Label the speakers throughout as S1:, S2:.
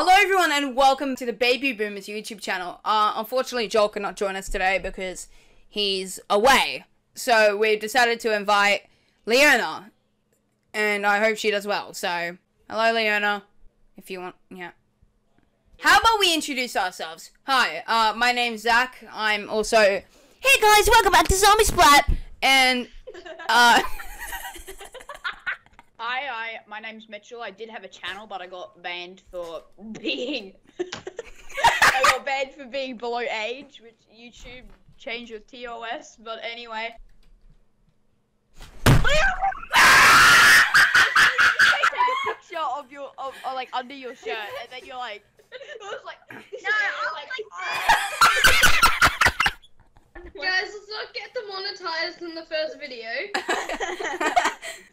S1: everyone, and welcome to the Baby Boomers YouTube channel. Uh, unfortunately, Joel could not join us today because he's away. So we decided to invite Leona, and I hope she does well. So, hello, Leona, if you want, yeah. How about we introduce ourselves? Hi, uh, my name's Zach. I'm also. Hey guys, welcome back to Zombie Splat! And, uh.
S2: Hi, I my name's Mitchell. I did have a channel, but I got banned for being I got banned for being below age, which YouTube changed with TOS. But anyway, they take a picture of your of, of like under your shirt, and then you're like, it was like, no,
S3: I'm like Guys, let's not get demonetized in the first video.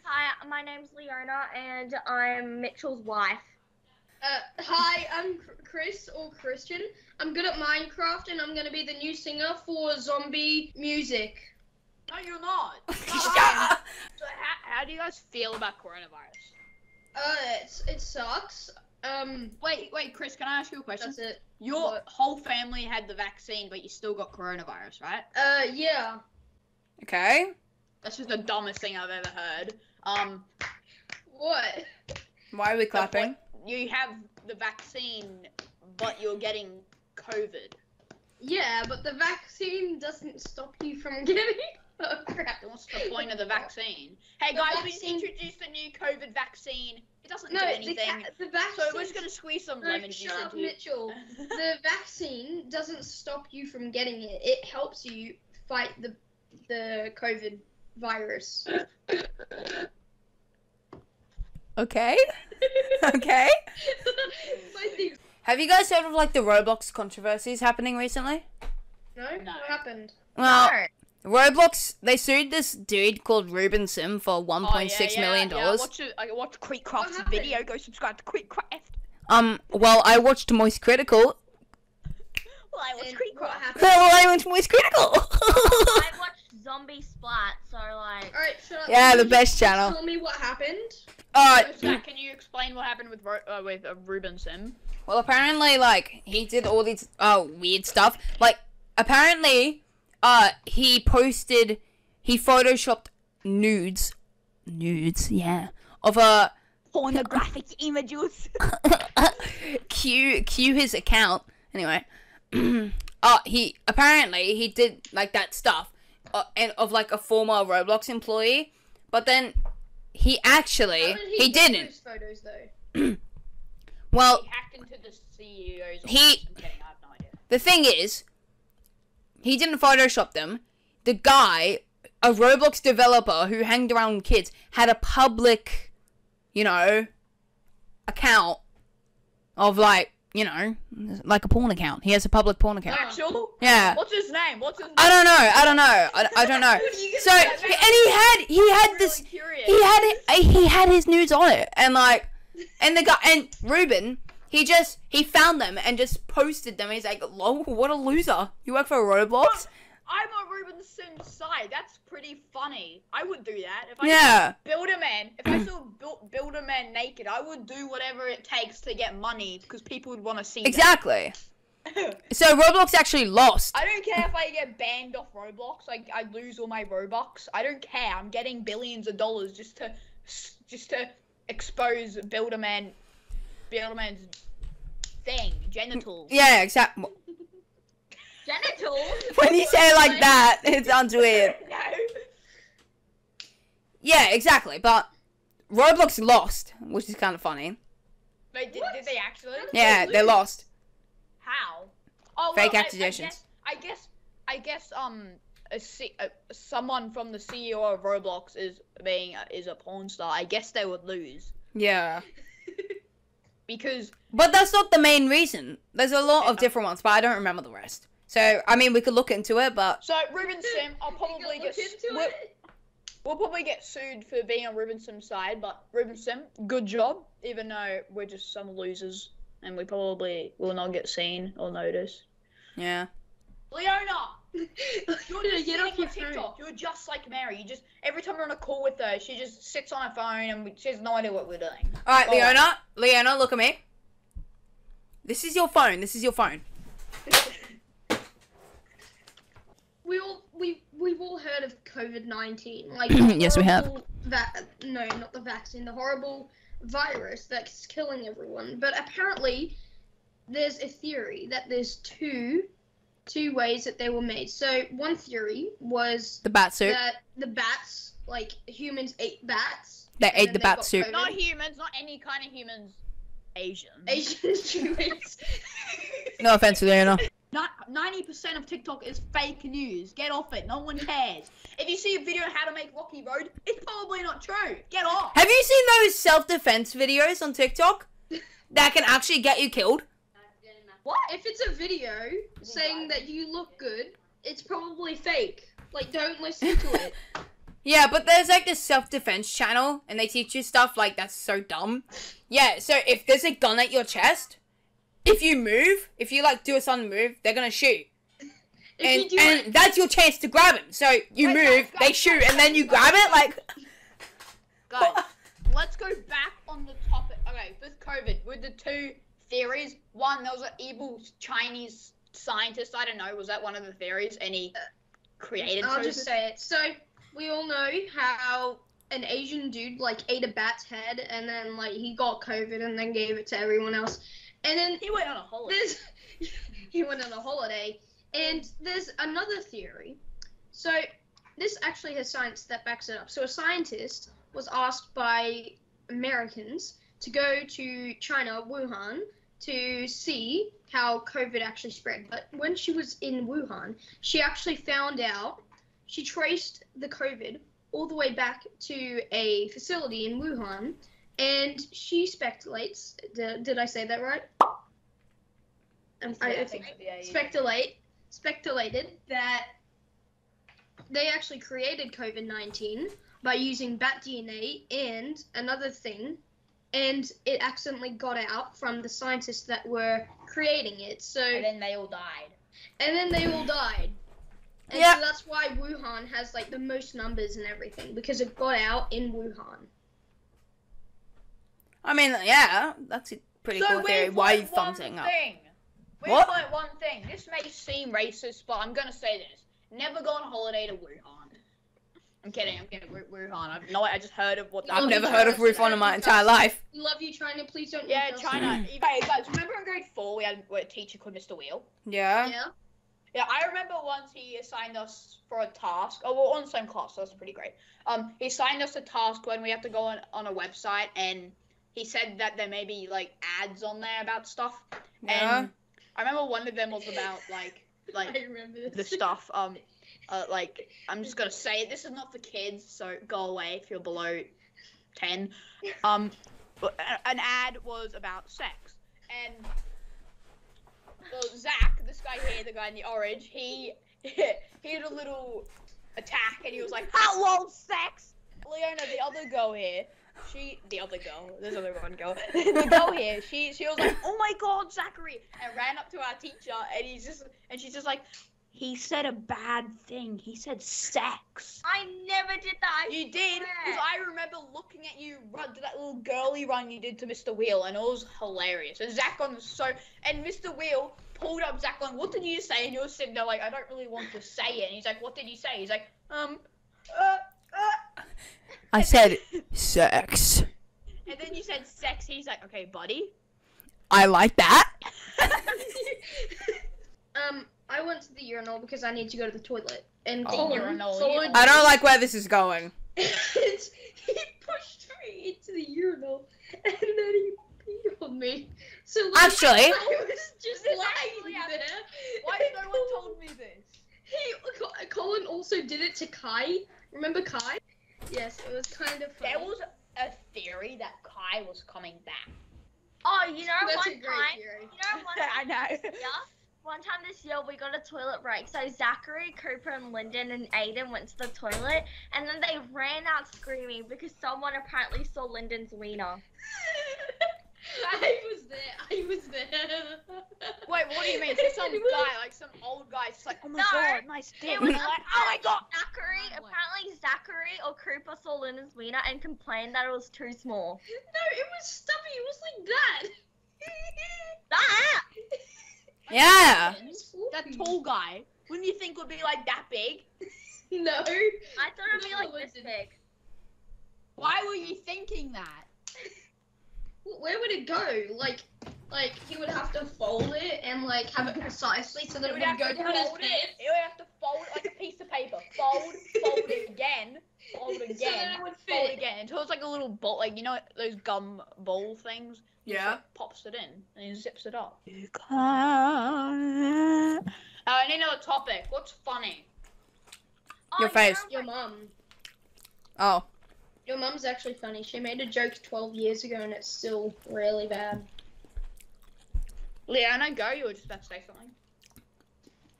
S4: Hi, my name's Leona, and I'm Mitchell's wife.
S3: Uh, hi, I'm Cr- Chris or Christian. I'm good at Minecraft and I'm gonna be the new singer for zombie music.
S2: no, you're not.
S1: Shut up!
S2: So how, how do you guys feel about coronavirus?
S3: Uh, it's, it sucks. Um,
S2: Wait, wait, Chris, can I ask you a question?
S3: that's it.
S2: Your
S3: What?
S2: whole family had the vaccine, but you still got coronavirus, right?
S3: Uh, yeah.
S1: Okay,
S2: That's just the dumbest thing I've ever heard. Um,
S3: What?
S1: why are we clapping?
S2: you have the vaccine, but you're getting COVID.
S3: Yeah, but the vaccine doesn't stop you from getting. Oh crap!
S2: What's the point of the vaccine? Hey guys,
S3: vaccine-
S2: we introduced the new COVID vaccine. It doesn't
S3: No,
S2: do
S3: the,
S2: anything.
S3: ca- the vaccine.
S2: so we're just gonna squeeze some lemon juice
S3: Shut up,
S2: into it.
S3: Mitchell. the vaccine doesn't stop you from getting it. It helps you fight the the COVID virus.
S1: Okay, okay.
S3: My thing-
S1: Have you guys heard of like the Roblox controversies happening recently?
S3: no?
S2: No.
S3: What happened?
S1: Well, Roblox they sued this dude called Ruben Sim for one
S2: Oh,
S1: point six million dollars.
S2: watch, a, I watch Quick
S3: What
S2: Craft's
S3: happened?
S2: video. Go subscribe to Quick Craft.
S1: Um, well, I watched Moist Critical.
S2: Well, I watch
S3: And
S2: Quick
S3: what
S2: Craft.
S3: happened?
S1: well, I watched Moist Critical.
S4: I watched Zombie Splat, so like.
S3: All right, shut up.
S1: yeah,
S3: Can
S1: the
S3: you
S1: best
S3: just
S1: channel.
S3: Tell me what happened.
S1: Uh,
S2: So, Zach, can you explain what happened with Ro- uh, with uh, Ruben Sim?
S1: well, apparently, like he did all these uh weird stuff. Like apparently, uh, he posted, he photoshopped nudes, nudes, yeah, of a
S2: Pornographic images.
S1: cue cue his account anyway uh he apparently he did like that stuff uh, and of like a former roblox employee but then he actually
S3: How did
S1: he,
S3: get
S1: didn't
S3: Those photos though.
S1: well
S2: He hacked into the
S3: E
S2: CEO's office.
S1: He-
S2: I'm kidding, I have no idea.
S1: the thing is he didn't photoshop them the guy a roblox developer who hanged around kids had a public you know account of like you know like a porn account he has a public porn account
S2: Actual?
S1: yeah
S2: What's his name? What's his name?
S1: I don't know. I don't know. I, I don't know. So and he had he had
S2: I'm
S1: this
S2: really curious.
S1: he had uh, he had his nudes on it and like and the guy and Ruben he just he found them and just posted them. He's like, lol, what a loser. You work for Roblox?
S2: I'm on Ruben Sims' side. That's pretty funny. I would do that. If I
S1: Yeah. Mm.
S2: saw Builderman, if I saw Build, Builderman naked, I would do whatever it takes to get money because people would want to see that.
S1: Exactly. So Roblox actually lost.
S2: I don't care if I get banned off Roblox. I, I lose all my Robux. I don't care. I'm getting billions of dollars just to just to expose Builderman Builderman's thing genitals.
S1: Yeah, exactly.
S4: Genitals?
S1: When you say it like that, it sounds weird.
S2: No.
S1: Yeah, exactly. But Roblox lost, which is kind of funny.
S2: Wait, did, did they actually?
S1: Yeah, they lost.
S2: How? Oh,
S1: Fake
S2: well, I-
S1: accusations.
S2: I, guess, I guess. I guess. Um, a C, uh, someone from the CEO of Roblox is being is a porn star. I guess they would lose
S1: Yeah.
S2: because
S1: But that's not the main reason. There's a lot of
S2: Yeah.
S1: different ones, but I don't remember the rest. So I mean, we could look into it, but
S2: so Ruben Sim. I'll
S3: You can
S2: probably
S3: look
S2: get s-
S3: into
S2: we'll,
S3: it.
S2: we'll probably get sued for being on Ruben Sim's side. But Ruben Sim, good job. Even though we're just some losers and we probably will not get seen or noticed.
S1: yeah.
S2: Leona, You're
S3: Yeah,
S2: just
S3: get
S2: sitting
S3: off your
S2: on
S3: phone.
S2: TikTok. You're just like Mary. You just every time we're on a call with her, she just sits on her phone and we, she has no idea what we're doing.
S1: All right,
S2: All right.
S1: Leona. Leona, look at me. This is your phone. This is your phone.
S3: We all we we've all heard of COVID nineteen, like
S1: Yes, we have.
S3: horrible Va- no, not the vaccine, the horrible virus that's killing everyone. But apparently, there's a theory that there's two two ways that they were made. So one theory was
S1: The bat suit.
S3: that the bats, like humans, ate bats.
S1: They
S3: and
S1: ate
S3: then
S1: the
S3: they
S1: bat
S3: got
S1: suit.
S3: COVID.
S2: Not humans, not any kind of humans. Asians.
S3: Asian humans.
S1: No offense, Leona.
S2: Ninety percent of TikTok is fake news. Get off it. No one cares. If you see a video on how to make Rocky Road, it's probably not true. Get off.
S1: Have you seen those self defense videos on TikTok that can actually get you killed?
S3: if it's a video saying that you look good, it's probably fake. Like, don't listen to it.
S1: Yeah, but there's like this self defense channel and they teach you stuff like that's so dumb. Yeah, so if there's a gun at your chest, if you move, if you like do a sudden move, they're gonna shoot.
S3: If
S1: And,
S3: you do
S1: and
S3: it,
S1: that's your chance to grab him. So you
S2: Wait,
S1: move,
S2: guys,
S1: they
S2: guys,
S1: shoot,
S2: guys,
S1: and then you
S2: guys.
S1: grab it like.
S2: Guys, let's go back on the topic. Okay, with COVID, with the two theories, one there was an evil Chinese scientist. I don't know. Was that one of the theories? And he created.
S3: I'll just
S2: COVID?
S3: say it. So we all know how an Asian dude like ate a bat's head and then like he got COVID and then gave it to everyone else. And then
S2: he went on a holiday.
S3: there's he went on a holiday and there's another theory so this actually has science that backs it up so a scientist was asked by americans to go to china wuhan to see how covid actually spread but when she was in wuhan she actually found out she traced the covid all the way back to a facility in wuhan and she speculates did, did i say that right Um, I, I think speculate speculated that they actually created COVID nineteen by using bat DNA and another thing, and it accidentally got out from the scientists that were creating it. So
S2: and then they all died.
S3: and then they all died. And
S1: Yeah.
S3: so that's why Wuhan has like the most numbers and everything because it got out in Wuhan.
S1: I mean, yeah, that's a pretty cool
S2: we're
S1: theory. Why are you
S2: like one
S1: thumbsing up?
S2: Thing. We're
S1: What?
S2: like one thing. This may seem racist, but I'm gonna say this: never go on holiday to Wuhan. I'm kidding. I'm kidding. Wu- Wuhan. I've no. I just heard of what.
S1: I've
S3: Oh,
S1: never
S3: yeah,
S1: heard of
S3: that's
S1: Rufon in my
S3: right.
S1: entire life.
S3: We love you, China. Please don't.
S2: Yeah,
S3: nuke us.
S2: China.
S1: Mm.
S2: hey guys, remember in grade four we had a teacher called Mr. Wheel?
S1: Yeah.
S3: Yeah.
S2: Yeah, I remember once he assigned us for a task. Oh, we're on the same class, so that's pretty great. Um, he assigned us a task when we have to go on, on a website, and he said that there may be like ads on there about stuff.
S1: Yeah.
S2: And I remember one of them was about like
S3: I
S2: like
S3: remember
S2: the
S3: this.
S2: stuff. Um, uh, like I'm just gonna say it. This is not for kids, so go away if you're below ten. Um, but a- an ad was about sex, and well, Zach, this guy here, the guy in the orange, he he had a little attack, and he was like, "Hello, sex." Leona, the other girl here, she, the other girl, there's only one girl, the girl here, she, she was like, oh my god, Zachary, and ran up to our teacher, and he's just, and she's just like, he said a bad thing. He said sex.
S4: I never did that. I
S2: You did, because
S4: swear.
S2: I remember looking at you run to that little girly run you did to Mr. Wheel, and it was hilarious. And Zachon was so, and Mr. Wheel pulled up Zachon. What did you say? And you were sitting there like, I don't really want to say it. And he's like, What did you say? He's like, Um, uh, uh.
S1: I said sex.
S2: And then you said sex. He's like, Okay, buddy.
S1: I like that.
S3: Um, I went to the urinal because I need to go to the toilet. And
S2: Oh.
S3: Colin,
S2: Urinal,
S3: Colin-
S1: I don't like where this is going.
S3: he pushed me into the urinal, and then he peed on me. So like,
S1: Actually,
S3: I was just
S2: This actually
S3: lying there.
S2: happened. Why no one told me this?
S3: He, Colin also did it to Kai. Remember Kai? Yes, it was kind of funny.
S2: There was a theory that Kai was coming back.
S4: Oh, you know
S3: That's a
S4: one
S3: great
S4: time.
S3: theory.
S4: You know one
S2: I know.
S4: year. One time this year, we got a toilet break. So Zachary, Cooper, and Lyndon and Aiden went to the toilet, and then they ran out screaming because someone apparently saw Lyndon's wiener.
S3: I was there. I was there.
S2: Wait, what do you mean? So some
S3: It was-
S2: guy, like some old guy, just like, oh my
S4: No.
S2: god, nice dick.
S4: It
S2: And
S4: was
S2: I'm like, oh my god.
S4: Zachary, apparently Zachary or Cooper saw Lyndon's wiener and complained that it was too small.
S3: No, it was stubby. It was like that.
S4: That.
S1: Yeah.
S2: That
S3: Hmm.
S2: tall guy, wouldn't you think would be like that big?
S3: No.
S4: I thought it'd be like this big.
S2: Why were you thinking that?
S3: Wh- Where would it go? Like, like he would have to fold it and like have it precisely so that it
S2: You
S3: would go down his
S2: fold
S3: pants.
S2: it. You would have to fold it like a piece of paper. Fold, fold it again, fold it
S3: So that
S2: again,
S3: it would
S2: fold it
S3: fit.
S2: again until it's like a little ball, like you know those gum bowl things.
S1: Yeah.
S2: Pops it in and he zips it up. You can't. Oh, I need another topic. What's funny?
S4: Oh,
S1: Your
S4: you
S1: face.
S4: know,
S3: Your mum.
S1: Oh.
S3: Your mum's actually funny. She made a joke 12 years ago and it's still really bad.
S2: Leanna, go. You were just about to say something.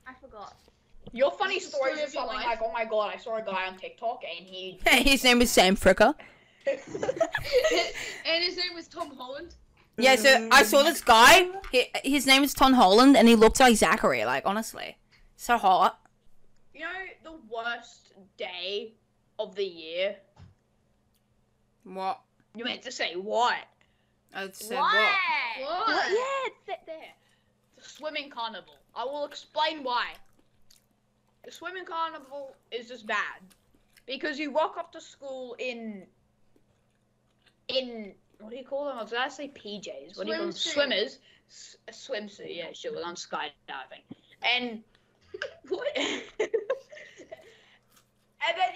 S4: I forgot.
S2: Your funny
S3: This is the story
S2: stories are
S3: of your
S2: something
S3: life.
S2: like, oh my god, I saw a guy on TikTok and he.
S1: His name is Sam Fricker.
S3: and his name was Tom Holland.
S1: Yeah, so I saw this guy. He, his name is Tom Holland, and he looked like Zachary. Like honestly, so hot.
S2: You know the worst day of the year.
S1: What?
S2: You meant to say what?
S1: I'd
S4: what?
S3: What?
S4: Yeah, sit there.
S2: The swimming carnival. I will explain why. The swimming carnival is just bad because you walk up to school in in what do you call them? Did I say PJs? What do you call them?
S3: Swimsuit.
S2: Swimmers. S- a swimsuit. Yeah, sure. Well, I'm skydiving, and what? and then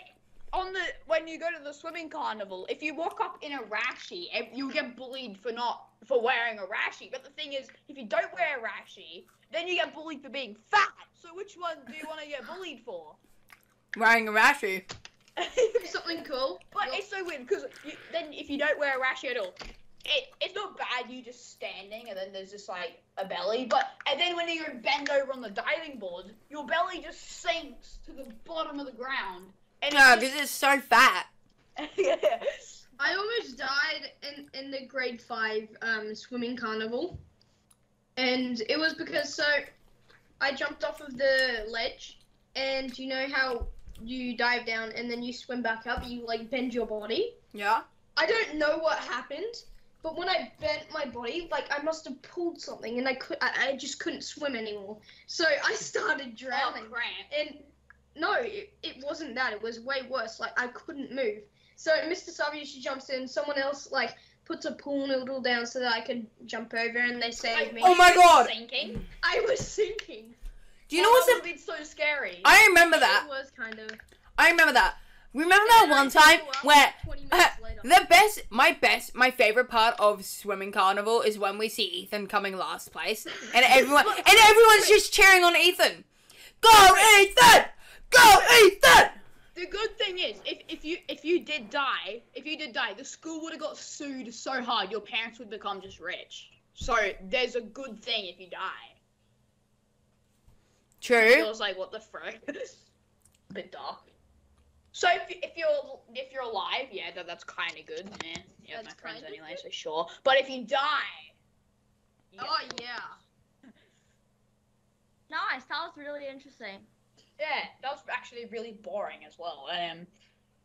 S2: on the when you go to the swimming carnival, if you walk up in a rashie, eh, you get bullied for not for wearing a rashie. But the thing is, if you don't wear a rashie, then you get bullied for being fat. So which one do you want to get bullied for?
S1: Wearing a rashi.
S3: Do Something cool.
S2: But
S3: Well,
S2: it's so weird because then if you don't wear a rashie at all, it, it's not bad. You just standing and then there's just like a belly. But and then when you bend over on the diving board, your belly just sinks to the bottom of the ground. And
S1: No,
S2: it's
S1: because it's so fat.
S2: just- yeah.
S3: I almost died in, in the grade five um, swimming carnival, and it was because so I jumped off of the ledge, and you know how you dive down and then you swim back up, you like bend your body.
S1: Yeah.
S3: I don't know what happened, but when I bent my body, like I must have pulled something, and I could I, I just couldn't swim anymore. So I started
S2: Oh,
S3: drowning.
S2: cramp.
S3: And no, it, it wasn't that. It was way worse. Like I couldn't move. So Mr. Savio, she jumps in. Someone else like puts a pool noodle down so that I could jump over, and they save me.
S1: Oh my god.
S2: Sinking.
S3: I was sinking.
S1: Do you know what's?
S2: that
S1: A,
S2: would be so scary?
S1: I remember that.
S3: It was kind of.
S1: I remember that. Remember that one time where
S3: Twenty minutes later.
S1: The best, my best, my favorite part of swimming carnival is when we see Ethan coming last place, and everyone, and everyone's just cheering on Ethan. Go Ethan! Go Ethan!
S2: The good thing is, if, if you if you did die, if you did die, the school would have got sued so hard your parents would become just rich. So there's a good thing if you die. I
S1: True.
S2: was like, what the frick? Bit dark. So if, if you're if you're alive, yeah, that, that's kind of good. Yeah, yeah,
S3: That's
S2: my friends
S3: kinda
S2: anyway,
S3: good.
S2: so sure. But if you die, you get-
S3: Oh yeah.
S4: Nice. That was really interesting.
S2: yeah, that was actually really boring as well. Um,